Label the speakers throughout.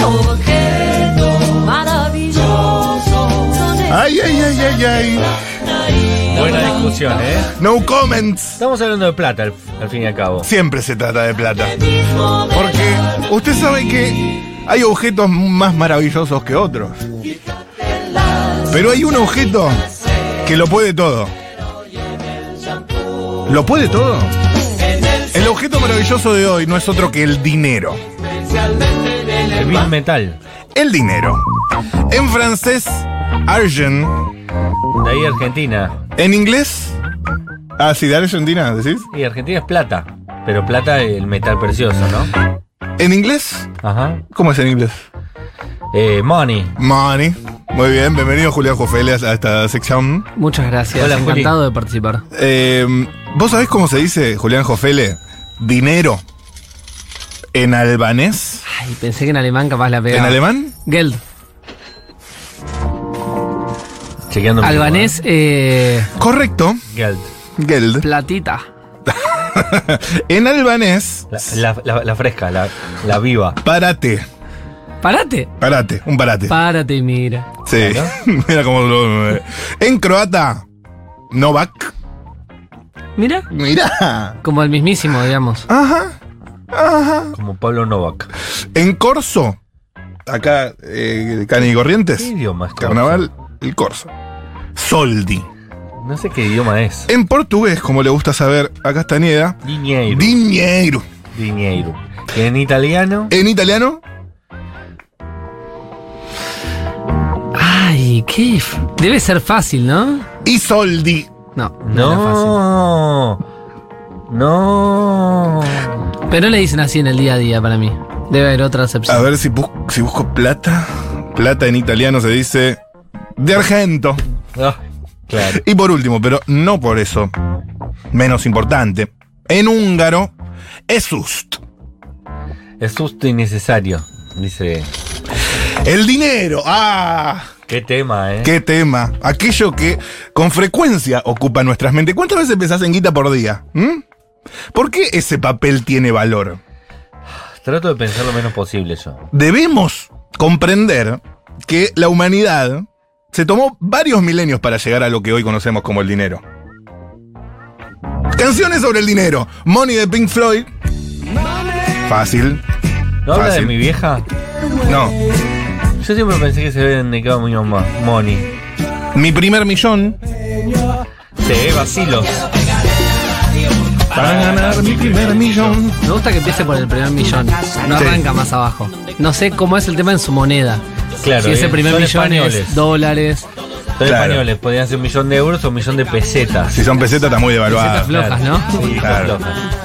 Speaker 1: Todo objeto maravilloso.
Speaker 2: Ay, ay, ay, ay, ay.
Speaker 3: Buena discusión, ¿eh?
Speaker 2: No comments.
Speaker 3: Estamos hablando de plata, al, al fin y al cabo.
Speaker 2: Siempre se trata de plata. Porque usted sabe que hay objetos más maravillosos que otros. Pero hay un objeto que lo puede todo. ¿Lo puede todo? El objeto maravilloso de hoy no es otro que el dinero.
Speaker 3: El Big Metal.
Speaker 2: El dinero. En francés, argent.
Speaker 3: De ahí Argentina.
Speaker 2: En inglés. Ah, sí, de Argentina, ¿decís?
Speaker 3: Y Argentina es plata. Pero plata el metal precioso, ¿no?
Speaker 2: En inglés.
Speaker 3: Ajá.
Speaker 2: ¿Cómo es en inglés?
Speaker 3: Eh, money.
Speaker 2: Money. Muy bien, bienvenido Julián Jofele a esta sección.
Speaker 4: Muchas gracias,
Speaker 3: Hola, Juli.
Speaker 4: encantado de participar.
Speaker 2: Eh, ¿Vos sabés cómo se dice, Julián Jofele, dinero en albanés?
Speaker 4: Ay, pensé que en alemán capaz la
Speaker 2: ¿En
Speaker 4: pegaba.
Speaker 2: alemán?
Speaker 4: Geld.
Speaker 3: Chequeando. mi- ¿eh?
Speaker 4: Albanés, eh,
Speaker 2: Correcto.
Speaker 3: Geld.
Speaker 2: Geld.
Speaker 4: platita.
Speaker 2: En albanés,
Speaker 3: La, la- la- la fresca, la, la viva.
Speaker 2: parate.
Speaker 4: Parate.
Speaker 2: Parate, un parate.
Speaker 4: Párate y mira.
Speaker 2: Sí. Mira cómo lo. eh. En croata, Novak.
Speaker 4: Mira,
Speaker 2: Mira.
Speaker 4: como el mismísimo, digamos.
Speaker 2: Ajá. Ajá.
Speaker 3: Como Pablo Novak.
Speaker 2: En corso, acá, eh, Cani y
Speaker 3: ¿Qué
Speaker 2: Corrientes.
Speaker 3: idioma es?
Speaker 2: Carnaval, el corso. Soldi.
Speaker 3: No sé qué idioma es.
Speaker 2: En portugués, como le gusta saber a Castañeda,
Speaker 3: Dinheiro.
Speaker 2: dinero.
Speaker 3: Dinheiro. Que en italiano.
Speaker 2: En italiano,
Speaker 4: Ay, qué. f- Debe ser fácil, ¿no?
Speaker 2: y soldi.
Speaker 4: No, no, era fácil.
Speaker 3: No. No.
Speaker 4: Pero le dicen así en el día a día para mí. Debe haber otra
Speaker 2: A
Speaker 4: acepción.
Speaker 2: ver si, bus- si busco plata. Plata en italiano se dice de argento.
Speaker 3: Ah, claro.
Speaker 2: Y por último, pero no por eso, menos importante, en húngaro, esust.
Speaker 3: Es justo y necesario. Dice.
Speaker 2: El dinero. ¡Ah!
Speaker 3: Qué tema, ¿eh?
Speaker 2: ¡Qué tema! Aquello que con frecuencia ocupa nuestras mentes. ¿Cuántas veces pensás en guita por día? ¿Mm? ¿Por qué ese papel tiene valor?
Speaker 3: Trato de pensar lo menos posible yo.
Speaker 2: debemos comprender que la humanidad se tomó varios milenios para llegar a lo que hoy conocemos como el dinero. Canciones sobre el dinero. Money de Pink Floyd. Fácil.
Speaker 3: ¿No habla de
Speaker 2: Fácil.
Speaker 3: mi vieja?
Speaker 2: No.
Speaker 3: Yo siempre pensé que se había dedicado a mi mamá. Moni.
Speaker 2: Mi primer millón.
Speaker 3: Sí, eh, vacilos.
Speaker 2: Para ganar mi primer millón.
Speaker 4: Me gusta que empiece por el primer millón. No
Speaker 2: Sí.
Speaker 4: arranca más abajo. No sé cómo es el tema en su moneda.
Speaker 3: Claro,
Speaker 4: Si ese
Speaker 3: eh,
Speaker 4: primer
Speaker 3: son
Speaker 4: millón
Speaker 3: españoles.
Speaker 4: es dólares,
Speaker 3: Son
Speaker 2: Claro.
Speaker 3: españoles, podían ser un millón de euros o un millón de pesetas.
Speaker 2: Si son pesetas, está muy
Speaker 4: pesetas
Speaker 2: devaluado.
Speaker 4: flojas, ¿no?
Speaker 3: Sí,
Speaker 2: Claro.
Speaker 3: flojas.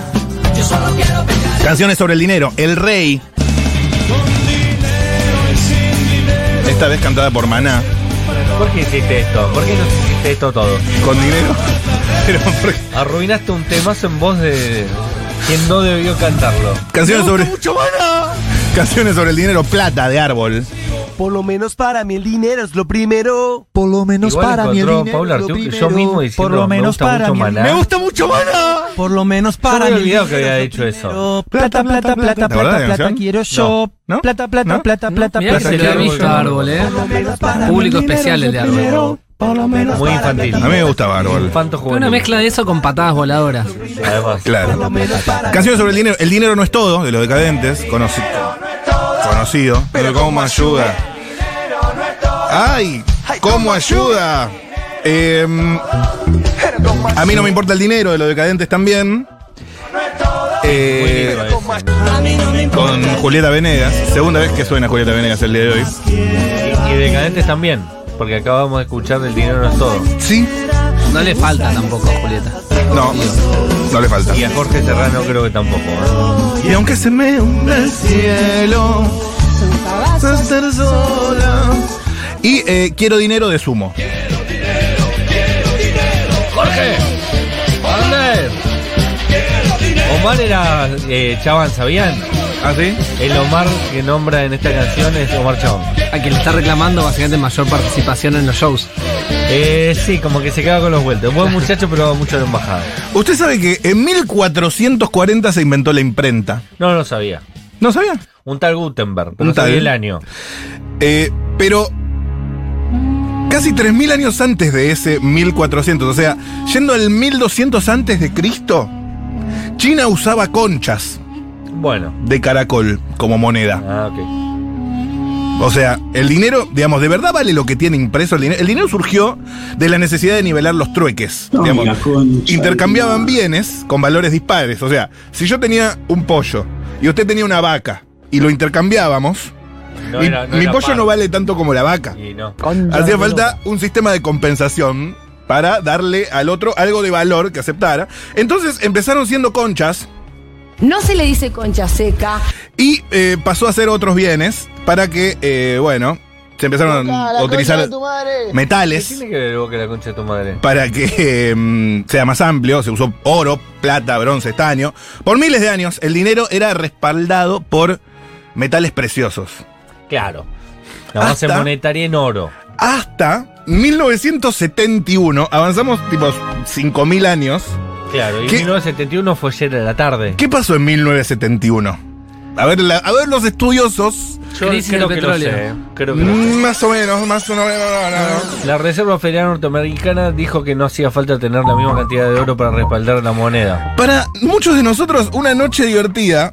Speaker 2: Canciones sobre el dinero. El rey. Esta vez cantada por Maná.
Speaker 3: ¿Por qué hiciste esto? ¿Por qué no hiciste esto todo?
Speaker 2: Con dinero. Pero porque-
Speaker 3: Arruinaste un temazo en voz de quien no debió cantarlo.
Speaker 2: Canciones sobre. Canciones sobre el dinero, plata de árbol.
Speaker 5: Por lo menos para mí el dinero es lo primero. Por lo menos
Speaker 3: Igual
Speaker 5: para mí el
Speaker 3: encontró a
Speaker 5: dinero.
Speaker 3: Paula
Speaker 5: es lo
Speaker 3: Artiuk, que yo
Speaker 5: primero.
Speaker 3: mismo diciendo
Speaker 5: Por lo
Speaker 3: me
Speaker 5: menos
Speaker 3: gusta
Speaker 5: para
Speaker 3: mucho
Speaker 5: mí. el-
Speaker 3: Maná.
Speaker 2: Me gusta mucho Maná.
Speaker 5: Por lo menos
Speaker 3: me
Speaker 5: para mí.
Speaker 3: había olvidado
Speaker 5: el
Speaker 3: que había
Speaker 5: dinero es lo
Speaker 3: dicho eso.
Speaker 5: primero. Plata, plata, plata,
Speaker 2: ¿Te acordás de la
Speaker 5: plata, plata,
Speaker 2: canción?
Speaker 5: quiero yo.
Speaker 2: ¿No?
Speaker 5: Plata, plata,
Speaker 2: ¿No?
Speaker 5: plata, plata,
Speaker 4: Mirá que
Speaker 5: plata.
Speaker 4: se le ha
Speaker 3: Claro,
Speaker 4: visto
Speaker 3: claro.
Speaker 4: a árbol, ¿eh?
Speaker 5: Por lo menos para mí
Speaker 4: Público
Speaker 5: dinero
Speaker 4: especial
Speaker 5: es
Speaker 4: el de
Speaker 5: lo
Speaker 4: árbol.
Speaker 5: primero. Por lo menos
Speaker 3: Muy
Speaker 5: para
Speaker 3: infantil.
Speaker 2: A mí me gusta árbol.
Speaker 3: Infanto
Speaker 4: Fue
Speaker 3: juvenil.
Speaker 4: una mezcla de eso con patadas voladoras.
Speaker 3: Además.
Speaker 2: Claro. Canciones sobre el dinero. El dinero no es todo, de los decadentes. Conocido. Conocido. Pero cómo ayuda. Ay, cómo ayuda. Eh, a mí no me importa el dinero, de los decadentes también. Eh, con Julieta Venegas. Segunda vez que suena Julieta Venegas el día de hoy.
Speaker 3: Y decadentes también, porque acabamos de escuchar El dinero no es todo.
Speaker 2: Sí.
Speaker 4: No le falta tampoco, Julieta.
Speaker 2: No, no le falta.
Speaker 3: Y a Jorge Serrano creo que tampoco. ¿eh?
Speaker 2: Y aunque se me hunda el cielo, estar sola. Y eh, quiero dinero de sumo.
Speaker 3: Omar era eh, Chabán, ¿sabían?
Speaker 2: ¿Ah, sí?
Speaker 3: El Omar que nombra en esta canción es Omar Chabón.
Speaker 4: A quien le está reclamando básicamente mayor participación en los shows.
Speaker 3: Eh, sí, como que se queda con los vueltos. Buen muchacho, pero mucho de embajada.
Speaker 2: Usted sabe que en 1440 se inventó la imprenta.
Speaker 3: No lo sabía.
Speaker 2: ¿No sabía?
Speaker 3: Un tal Gutenberg, pero
Speaker 2: Un
Speaker 3: no sabía
Speaker 2: tal.
Speaker 3: el año.
Speaker 2: Eh, pero casi 3.000 años antes de ese 1400, o sea, yendo al 1200 antes de Cristo, China usaba conchas
Speaker 3: Bueno.
Speaker 2: de caracol como moneda.
Speaker 3: Ah, ok.
Speaker 2: O sea, el dinero, digamos, de verdad vale lo que tiene impreso el dinero. El dinero surgió de la necesidad de nivelar los trueques.
Speaker 6: No,
Speaker 2: digamos.
Speaker 6: la concha
Speaker 2: intercambiaban
Speaker 6: de-
Speaker 2: bienes con valores dispares. O sea, si yo tenía un pollo y usted tenía una vaca y lo intercambiábamos,
Speaker 3: No
Speaker 2: mi,
Speaker 3: era- no
Speaker 2: mi
Speaker 3: era
Speaker 2: pollo
Speaker 3: pan.
Speaker 2: no vale tanto como la vaca.
Speaker 3: Y no.
Speaker 2: Hacía falta un sistema de compensación para darle al otro algo de valor que aceptara. Entonces empezaron siendo conchas
Speaker 7: No se le dice concha seca.
Speaker 2: y eh, pasó a ser otros bienes para que, eh, bueno, se empezaron a utilizar
Speaker 3: ¿Qué
Speaker 2: metales
Speaker 3: tiene que ver vos que la concha de tu madre?
Speaker 2: para que eh, mm, sea más amplio. Se usó oro, plata, bronce, estaño. Por miles de años el dinero era respaldado por metales preciosos.
Speaker 3: Claro. La base
Speaker 2: Hasta-
Speaker 3: monetaria en oro.
Speaker 2: Hasta 1971, avanzamos tipo 5.000 años.
Speaker 3: Claro. Y
Speaker 2: ¿Qué?
Speaker 3: 1971 fue ayer a la tarde.
Speaker 2: ¿Qué pasó en 1971? A ver, la- a ver los estudiosos. Mm,
Speaker 3: Yo
Speaker 4: Crisis
Speaker 3: creo
Speaker 4: del
Speaker 3: que lo
Speaker 4: petróleo.
Speaker 3: sé. Creo que lo sé.
Speaker 2: Más o menos, más o menos. no, no,
Speaker 3: La Reserva Federal Norteamericana dijo que no hacía falta tener la misma cantidad de oro para respaldar la moneda.
Speaker 2: no. Para muchos de nosotros, una noche divertida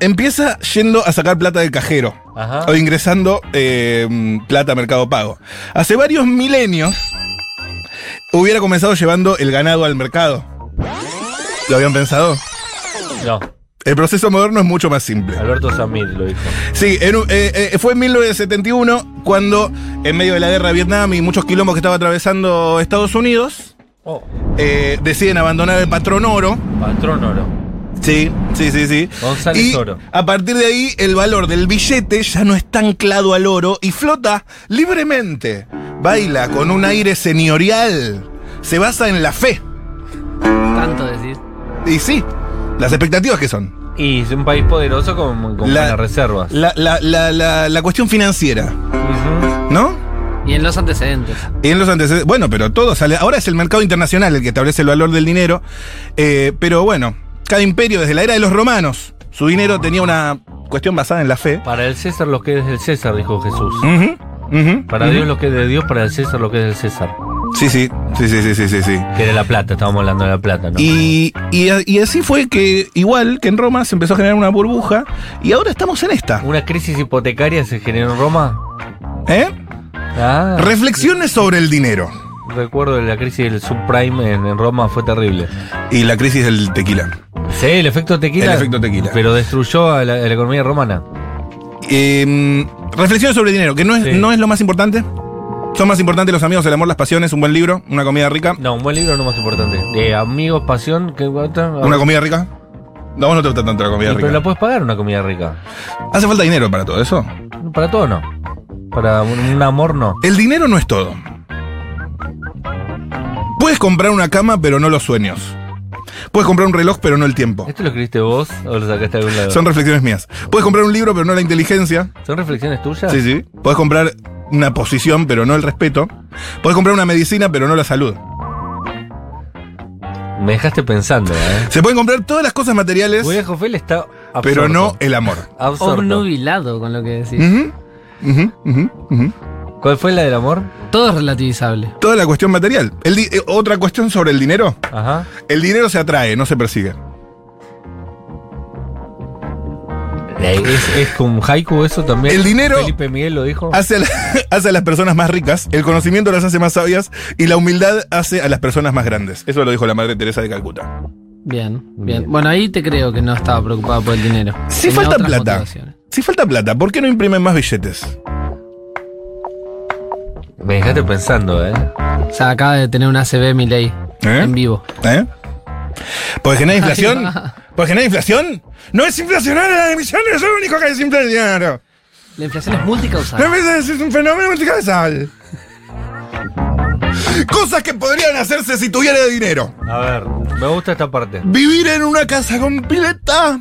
Speaker 2: empieza yendo a sacar plata del cajero
Speaker 3: Ajá.
Speaker 2: o ingresando eh, plata a Mercado Pago. Hace varios milenios hubiera comenzado llevando el ganado al mercado. ¿Lo habían pensado?
Speaker 3: No,
Speaker 2: El proceso moderno es mucho más simple.
Speaker 3: Alberto Samir lo dijo.
Speaker 2: Sí, en un- eh, eh, fue en 1971 cuando, en medio de la guerra de Vietnam y muchos quilombos que estaba atravesando Estados Unidos,
Speaker 3: Oh,
Speaker 2: eh, deciden abandonar el patrón oro.
Speaker 3: patrón oro.
Speaker 2: Sí, sí, sí, sí.
Speaker 3: González
Speaker 2: y
Speaker 3: Oro.
Speaker 2: A partir de ahí, el valor del billete ya no está anclado al oro y flota libremente. Baila con un aire señorial. Se basa en la fe.
Speaker 4: Tanto decir.
Speaker 2: Y sí, las expectativas que son.
Speaker 3: Y es un país poderoso con, con
Speaker 2: La-
Speaker 3: buenas reservas.
Speaker 2: La, la- la- la- la cuestión financiera,
Speaker 3: Ujú.
Speaker 2: ¿no?
Speaker 4: Y en los antecedentes.
Speaker 2: Y en los antecedentes. Bueno, pero todo sale. Ahora es el mercado internacional el que establece el valor del dinero. Eh, pero bueno, cada imperio, desde la era de los romanos, su dinero tenía una cuestión basada en la fe.
Speaker 3: Para el César lo que es del César, dijo Jesús.
Speaker 2: Ujú, ujú,
Speaker 3: Para
Speaker 2: ujú.
Speaker 3: Dios lo que es de Dios, para el César lo que es del César.
Speaker 2: Sí, sí, sí, sí, sí, sí, sí. sí.
Speaker 3: Que de la plata, estábamos hablando de la plata, ¿no?
Speaker 2: Y, y, y así fue que, igual que en Roma, se empezó a generar una burbuja. Y ahora estamos en esta.
Speaker 3: ¿Una crisis hipotecaria se generó en Roma?
Speaker 2: ¿eh?
Speaker 3: Ah,
Speaker 2: Reflexiones sobre el dinero
Speaker 3: recuerdo de la crisis del subprime en, en Roma, fue terrible.
Speaker 2: y la crisis del tequila.
Speaker 3: Sí, el efecto tequila.
Speaker 2: El efecto tequila.
Speaker 3: Pero destruyó a la, a la economía romana.
Speaker 2: Eh, reflexiones sobre el dinero, que no es,
Speaker 3: Sí.
Speaker 2: no es lo más importante. Son más importantes los amigos, el amor, las pasiones, un buen libro, una comida rica.
Speaker 3: No, un buen libro no más importante. De amigos, pasión, que otra?
Speaker 2: ¿Una comida rica? No, vos no te gusta tanto la comida
Speaker 3: Y, Ah. Pero la
Speaker 2: rica.
Speaker 3: puedes pagar una comida rica.
Speaker 2: ¿Hace falta dinero para todo eso?
Speaker 3: Para todo no. Para un, un amor no.
Speaker 2: El dinero no es todo. Puedes comprar una cama, pero no los sueños. Puedes comprar un reloj, pero no el tiempo.
Speaker 3: ¿Esto lo escribiste vos o lo sacaste de algún lado?
Speaker 2: Son reflexiones mías. Puedes comprar un libro, pero no la inteligencia.
Speaker 3: ¿Son reflexiones tuyas?
Speaker 2: Sí, sí. Puedes comprar una posición, pero no el respeto. Puedes comprar una medicina, pero no la salud.
Speaker 3: Me dejaste pensando, ¿eh?
Speaker 2: Se pueden comprar todas las cosas materiales,
Speaker 3: Julián Jofel está absorto.
Speaker 2: pero no el amor.
Speaker 3: Absorto.
Speaker 4: Obnubilado con lo que decís.
Speaker 2: Ujú, ujú, ujú, ujú.
Speaker 3: ¿Cuál fue la del amor?
Speaker 4: Todo es relativizable.
Speaker 2: Toda la cuestión material. El di- eh, otra cuestión sobre el dinero.
Speaker 3: Ajá.
Speaker 2: El dinero se atrae, no se persigue.
Speaker 3: ¿Es, es con haiku eso también?
Speaker 2: El dinero-
Speaker 3: Felipe Miguel lo dijo.
Speaker 2: Hace a, la- hace a las personas más ricas, el conocimiento las hace más sabias y la humildad hace a las personas más grandes. Eso lo dijo la madre Teresa de Calcuta.
Speaker 4: Bien, bien. Bueno, ahí te creo que no estaba preocupado por el dinero.
Speaker 2: Si
Speaker 4: Tenía
Speaker 2: falta
Speaker 4: otras
Speaker 2: plata.
Speaker 4: motivaciones.
Speaker 2: Si falta plata, ¿por qué no imprimen más billetes?
Speaker 3: Me dejaste pensando, ¿eh?
Speaker 4: O sea, acaba de tener una CB Milei
Speaker 2: ¿Eh?
Speaker 4: en vivo.
Speaker 2: ¿Eh? ¿Porque genera inflación?
Speaker 4: Ahí va.
Speaker 2: ¿Porque genera inflación? No es inflacionaria la emisión, es lo único que desinfla el dinero.
Speaker 4: La inflación es multicausal.
Speaker 2: No me dices, es un fenómeno multicausal. Cosas que podrían hacerse si tuviera dinero.
Speaker 3: A ver, me gusta esta parte.
Speaker 2: Vivir en una casa con pileta.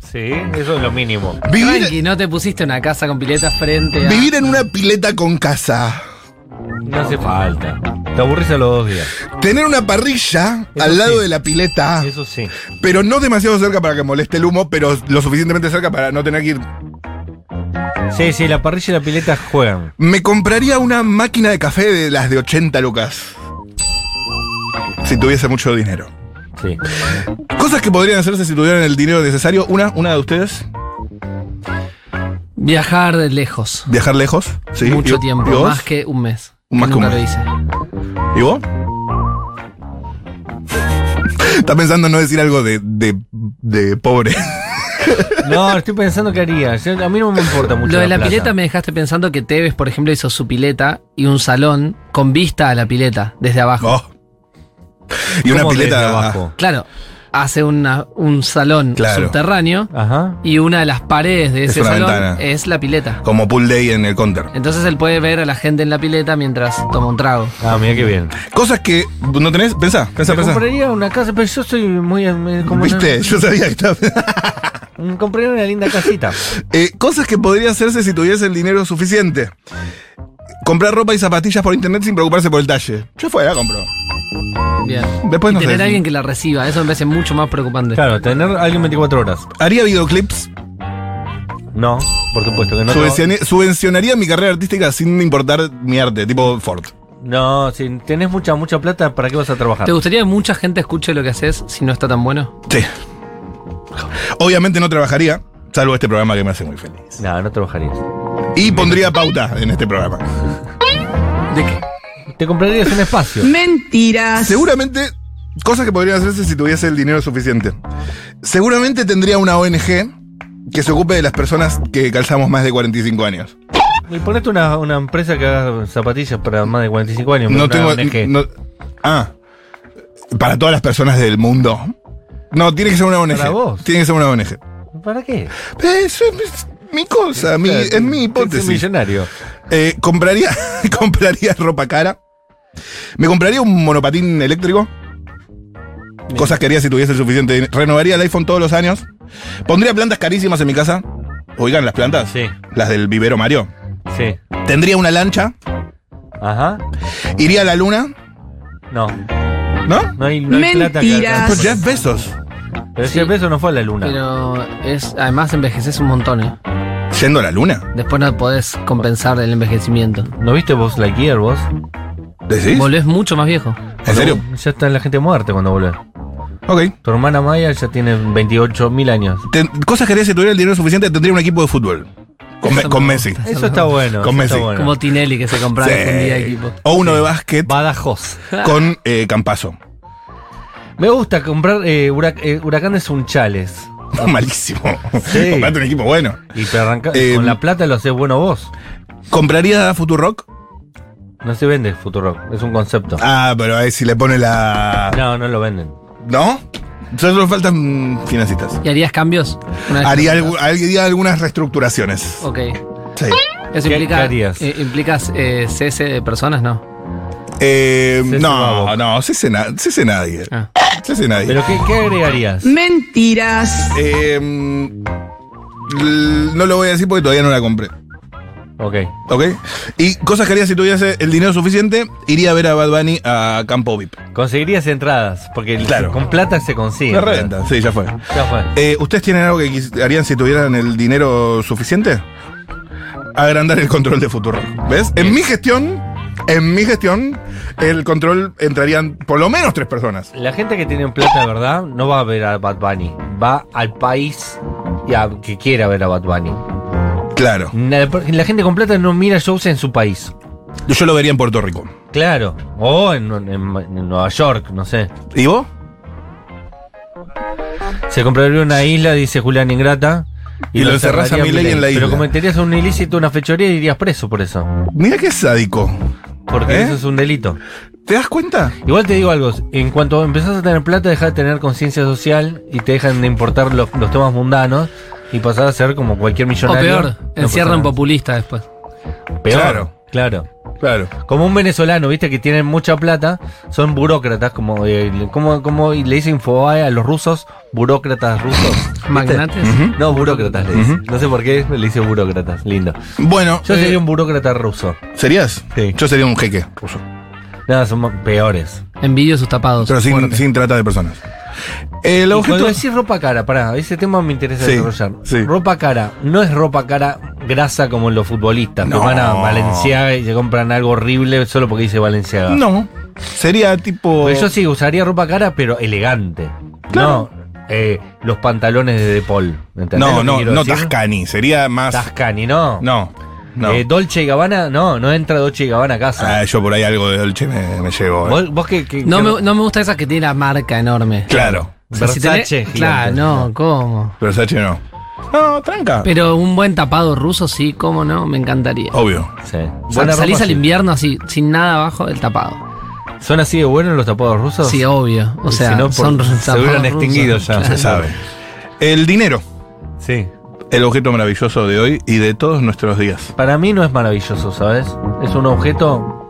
Speaker 3: Sí, eso es lo mínimo.
Speaker 2: Vivir,
Speaker 4: Tranqui, no te pusiste una casa con pileta frente a.
Speaker 2: Vivir en una pileta con casa.
Speaker 3: No hace falta. Te aburrís a los dos días.
Speaker 2: Tener una parrilla
Speaker 3: Eso
Speaker 2: al lado
Speaker 3: sí.
Speaker 2: de la pileta,
Speaker 3: Eso sí.
Speaker 2: pero no demasiado cerca para que moleste el humo, pero lo suficientemente cerca para no tener que ir
Speaker 3: Sí, sí, la parrilla y la pileta juegan.
Speaker 2: Me compraría una máquina de café de las de 80 lucas. Si tuviese mucho dinero.
Speaker 3: Sí.
Speaker 2: Cosas que podrían hacerse si tuvieran el dinero necesario. Una, una de ustedes,
Speaker 4: Viajar de lejos.
Speaker 2: viajar lejos. ¿sí?
Speaker 4: Mucho
Speaker 2: ¿Y-
Speaker 4: tiempo.
Speaker 2: ¿Y vos?
Speaker 4: Más que un mes.
Speaker 2: Más que
Speaker 4: nunca
Speaker 2: un
Speaker 4: lo
Speaker 2: mes.
Speaker 4: hice.
Speaker 2: ¿Y vos? Está pensando en no decir algo de, de, de pobre.
Speaker 3: No, estoy pensando qué haría. Yo- A mí no me importa mucho.
Speaker 4: Lo de la
Speaker 3: plata.
Speaker 4: pileta me dejaste pensando que Tevez, por ejemplo, hizo su pileta y un salón con vista a la pileta desde abajo.
Speaker 2: Oh. Y una
Speaker 3: ¿Cómo
Speaker 2: pileta
Speaker 3: desde abajo.
Speaker 4: Claro, hace una- un salón
Speaker 2: Oh. Claro.
Speaker 4: subterráneo
Speaker 3: Ajá.
Speaker 4: y una de las paredes de
Speaker 2: Es
Speaker 4: ese
Speaker 2: una
Speaker 4: salón
Speaker 2: ventana.
Speaker 4: es la pileta.
Speaker 2: como pool day en el counter.
Speaker 4: Entonces él puede ver a la gente en la pileta mientras toma un trago.
Speaker 3: Ah, mira qué bien.
Speaker 2: Cosas que no tenés, pensá, pensá,
Speaker 3: me
Speaker 2: pensá.
Speaker 3: compraría una casa, pero yo soy muy. eh, Como
Speaker 2: Viste, yo sabía que estaba.
Speaker 3: una- me compraría una linda casita.
Speaker 2: Eh, cosas que podría hacerse si tuviese el dinero suficiente. Comprar ropa y zapatillas por internet sin preocuparse por el talle. Yo fuera, compro.
Speaker 4: Bien.
Speaker 2: Después
Speaker 4: Y
Speaker 2: no sé.
Speaker 4: tener a alguien que la reciba, eso me parece mucho más preocupante.
Speaker 3: Claro, tener alguien 24 horas.
Speaker 2: Haría videoclips.
Speaker 3: No, por supuesto que no.
Speaker 2: subvencione- subvencionaría mi carrera artística sin importar mi arte, tipo Ford.
Speaker 3: No, si tenés mucha, mucha plata, ¿para qué vas a trabajar?
Speaker 4: ¿Te gustaría que mucha gente escuche lo que haces si no está tan bueno?
Speaker 2: Sí. Obviamente no trabajaría, salvo este programa que me hace muy feliz.
Speaker 3: No, no trabajarías.
Speaker 2: Y pondría pauta en este programa.
Speaker 4: ¿De qué?
Speaker 3: Te comprarías un espacio.
Speaker 6: Mentiras.
Speaker 2: Seguramente, cosas que podrían hacerse si tuviese el dinero suficiente. Seguramente tendría una ONG que se ocupe de las personas que calzamos más de 45 años.
Speaker 3: Y ponete una, una empresa que haga zapatillas para más de 45 años.
Speaker 2: No
Speaker 3: una
Speaker 2: tengo.
Speaker 3: ONG.
Speaker 2: no- ah. Para todas las personas del mundo. No, tiene que ser una ONG.
Speaker 3: Para vos.
Speaker 2: Tiene que ser una ONG.
Speaker 3: ¿Para qué?
Speaker 2: Eso es, es mi cosa, mi-
Speaker 3: Este,
Speaker 2: es mi
Speaker 3: Es
Speaker 2: hipótesis.
Speaker 3: millonario.
Speaker 2: Eh, compraría, compraría ropa cara. Me compraría un monopatín eléctrico. Cosas que haría si tuviese el suficiente dinero. Renovaría el iPhone todos los años. Pondría plantas carísimas en mi casa. Oigan, las plantas.
Speaker 3: Sí.
Speaker 2: Las del vivero Mario.
Speaker 3: Sí.
Speaker 2: Tendría una lancha.
Speaker 3: Ajá.
Speaker 2: Iría a la luna.
Speaker 3: No.
Speaker 2: ¿No?
Speaker 3: No hay, no hay plata que
Speaker 6: Mentiras.
Speaker 2: Pues
Speaker 3: alcance.
Speaker 2: Jeff Bezos.
Speaker 3: Pero
Speaker 4: Sí.
Speaker 3: Jeff Bezos no fue a la luna.
Speaker 4: Pero es, además envejeces un montón, ¿eh?
Speaker 2: Yendo a la luna.
Speaker 4: Después no podés compensar el envejecimiento.
Speaker 3: ¿No viste vos la Gear, vos?
Speaker 2: ¿Decís?
Speaker 4: Volvés mucho más viejo.
Speaker 2: ¿En serio?
Speaker 3: Ya está la gente muerta cuando volvés.
Speaker 2: Ok.
Speaker 3: Tu hermana Maya ya tiene 28.000 años.
Speaker 2: Ten- cosas que haría si tuviera el dinero suficiente. Tendría un equipo de fútbol. Con, Me-
Speaker 4: Eso me
Speaker 2: con
Speaker 4: gusta.
Speaker 2: Messi.
Speaker 3: Eso está bueno.
Speaker 2: Con
Speaker 3: eso está
Speaker 2: Messi.
Speaker 3: bueno.
Speaker 4: Como Tinelli que se compraba
Speaker 2: Sí.
Speaker 4: un día equipo.
Speaker 2: O uno de básquet
Speaker 3: Badajoz.
Speaker 2: con eh, Campazo.
Speaker 3: Me gusta comprar eh, hurac- eh, huracanes unchales.
Speaker 2: Malísimo.
Speaker 3: Sí.
Speaker 2: Comprate un equipo bueno.
Speaker 3: Y te arranca,
Speaker 2: Eh,
Speaker 3: con la plata lo haces bueno vos.
Speaker 2: ¿Compraría Futurock?
Speaker 3: No se vende Futurock, es un concepto.
Speaker 2: Ah, pero ahí si le pone la.
Speaker 3: No, no lo venden.
Speaker 2: ¿No? Solo faltan financistas.
Speaker 4: ¿Y harías cambios? Una vez
Speaker 2: Haría,
Speaker 4: que-
Speaker 2: algu- haría algunas reestructuraciones.
Speaker 4: Ok.
Speaker 2: Sí.
Speaker 4: ¿Eso
Speaker 3: ¿Qué- qué
Speaker 4: implica,
Speaker 3: harías?
Speaker 4: eh, implicas eh, cese de personas? No.
Speaker 2: Eh,
Speaker 3: Cese
Speaker 2: no,
Speaker 3: Babo.
Speaker 2: no, cese, na- cese nadie.
Speaker 4: Ah.
Speaker 2: Cese nadie.
Speaker 3: ¿Pero qué, qué agregarías?
Speaker 6: Mentiras.
Speaker 2: Eh, l- no lo voy a decir porque todavía no la compré.
Speaker 3: Ok.
Speaker 2: ¿Ok? Y cosas que haría si tuviese el dinero suficiente, iría a ver a Bad Bunny a Campo VIP.
Speaker 3: Conseguirías entradas, porque el-
Speaker 2: Claro.
Speaker 3: con plata se consigue.
Speaker 2: La reventa, sí, ya fue.
Speaker 3: Ya fue.
Speaker 2: Eh, ¿Ustedes tienen algo que quis- harían si tuvieran el dinero suficiente? Agrandar el control de Futuro. ¿Ves? En mi gestión, en mi gestión, el control entrarían por lo menos tres personas.
Speaker 3: La gente que tiene plata de verdad no va a ver a Bad Bunny. Va al país y a- que quiera ver a Bad Bunny.
Speaker 2: Claro.
Speaker 3: La, la gente con plata no mira shows en su país.
Speaker 2: Yo lo vería en Puerto Rico.
Speaker 3: Claro. O en, en- en Nueva York, no sé.
Speaker 2: ¿Y vos?
Speaker 3: Se compraría una isla, dice Julián Ingrata.
Speaker 2: Y lo encerrás a
Speaker 3: cerraría
Speaker 2: Milei en la
Speaker 3: Pero
Speaker 2: isla.
Speaker 3: cometerías un ilícito, una fechoría y irías preso por eso.
Speaker 2: Mira qué sádico.
Speaker 3: Porque
Speaker 2: ¿Eh?
Speaker 3: eso es un delito.
Speaker 2: ¿Te das cuenta?
Speaker 3: Igual te digo algo, en cuanto empezás a tener plata, dejás de tener conciencia social y te dejan de importar los, los temas mundanos y pasás a ser como cualquier
Speaker 4: O
Speaker 3: millonario.
Speaker 4: peor,
Speaker 3: No
Speaker 4: encierran
Speaker 3: pasa
Speaker 4: populista después.
Speaker 3: nada.
Speaker 2: Claro.
Speaker 3: Peor, claro. Claro.
Speaker 2: Claro.
Speaker 3: Como un venezolano, viste, que tienen mucha plata, son burócratas, como, eh, como, como le dicen Infobae a los rusos, burócratas rusos. ¿viste?
Speaker 4: ¿Magnates?
Speaker 3: No, burócratas le dicen. No sé por qué le dice burócratas, lindo.
Speaker 2: Bueno,
Speaker 3: Yo
Speaker 2: eh,
Speaker 3: sería un burócrata ruso.
Speaker 2: ¿serías?
Speaker 3: Sí.
Speaker 2: Yo sería un jeque ruso.
Speaker 3: Nada, son peores.
Speaker 4: Envidio sus tapados.
Speaker 2: Pero sin,
Speaker 4: Fuerte.
Speaker 2: sin trata de personas. El
Speaker 3: Y Cuando
Speaker 2: objeto.
Speaker 3: decís ropa cara, pará, ese tema me interesa
Speaker 2: Sí,
Speaker 3: desarrollar.
Speaker 2: sí.
Speaker 3: Ropa cara, no es ropa cara grasa como los futbolistas,
Speaker 2: No.
Speaker 3: que van a Valenciaga y se compran algo horrible solo porque dice Valenciaga.
Speaker 2: No. Sería tipo.
Speaker 3: Pues yo sí usaría ropa cara, pero elegante.
Speaker 2: Claro.
Speaker 3: No eh, los pantalones de De Paul. ¿entendés lo
Speaker 2: no,
Speaker 3: que
Speaker 2: no,
Speaker 3: quiero
Speaker 2: no
Speaker 3: decir?
Speaker 2: Tascani. Sería más.
Speaker 3: Tascani, no.
Speaker 2: No. No.
Speaker 3: Eh, Dolce y Gabbana, no, no entra Dolce y Gabbana a casa.
Speaker 2: Ah, yo por ahí algo de Dolce me, me llevo. eh.
Speaker 3: ¿Vos, vos qué, qué-
Speaker 4: No
Speaker 3: qué-
Speaker 4: me, no me gusta esa que tiene la marca enorme.
Speaker 2: Claro.
Speaker 4: O sea,
Speaker 3: Versace
Speaker 4: si tenés-
Speaker 3: gigante.
Speaker 4: Claro, no, ¿cómo?
Speaker 2: Pero Sachi no. No, tranca.
Speaker 4: Pero un buen tapado ruso, sí, ¿cómo no? Me encantaría.
Speaker 2: Obvio.
Speaker 3: Sí.
Speaker 4: O sea,
Speaker 3: Oh, Buena
Speaker 4: salís
Speaker 3: ropa,
Speaker 4: al
Speaker 3: sí.
Speaker 4: invierno así, sin nada abajo del tapado.
Speaker 3: ¿Son así de buenos los tapados rusos?
Speaker 4: Sí, obvio. O
Speaker 3: Y
Speaker 4: sea,
Speaker 3: si no, por-
Speaker 4: son
Speaker 3: se hubieran
Speaker 4: tapados
Speaker 3: extinguido
Speaker 4: rusos.
Speaker 3: ya.
Speaker 2: Se sabe. El dinero.
Speaker 3: Sí.
Speaker 2: El objeto maravilloso de hoy y de todos nuestros días.
Speaker 3: Para mí no es maravilloso, ¿sabes? Es un objeto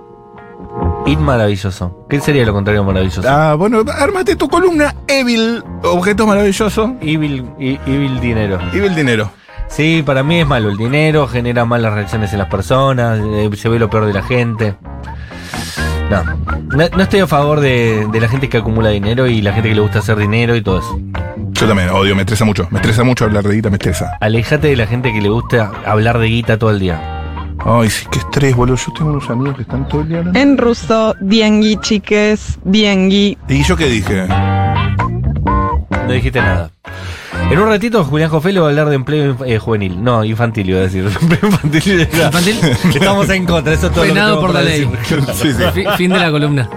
Speaker 3: inmaravilloso. ¿Qué sería lo contrario de maravilloso?
Speaker 2: Ah, bueno, ármate tu columna. Evil. Objeto maravilloso.
Speaker 3: Evil, e- evil dinero.
Speaker 2: Evil dinero.
Speaker 3: Sí, para mí es malo el dinero, genera malas reacciones en las personas, eh, se ve lo peor de la gente. No, no, no estoy a favor de, de la gente que acumula dinero y la gente que le gusta hacer dinero y todo eso.
Speaker 2: Yo también odio, me estresa mucho. Me estresa mucho hablar de guita, me estresa.
Speaker 3: Alejate de la gente que le gusta hablar de guita todo el día.
Speaker 2: Ay, sí, qué estrés, boludo. Yo tengo unos amigos que están todo el día hablando.
Speaker 6: En ruso, diengui, chiques, diengui.
Speaker 2: ¿Y yo qué dije?
Speaker 3: No dijiste nada. En un ratito Julián Jofelo va a hablar de empleo inf- eh, juvenil. No, infantil iba a decir. Empleo infantil.
Speaker 4: Infantil.
Speaker 3: Estamos en contra, eso es todo lo que
Speaker 4: Penado
Speaker 3: tengo
Speaker 4: por
Speaker 3: para
Speaker 4: la ley.
Speaker 3: decir.
Speaker 2: Sí, sí.
Speaker 4: Fi- Fin de la columna.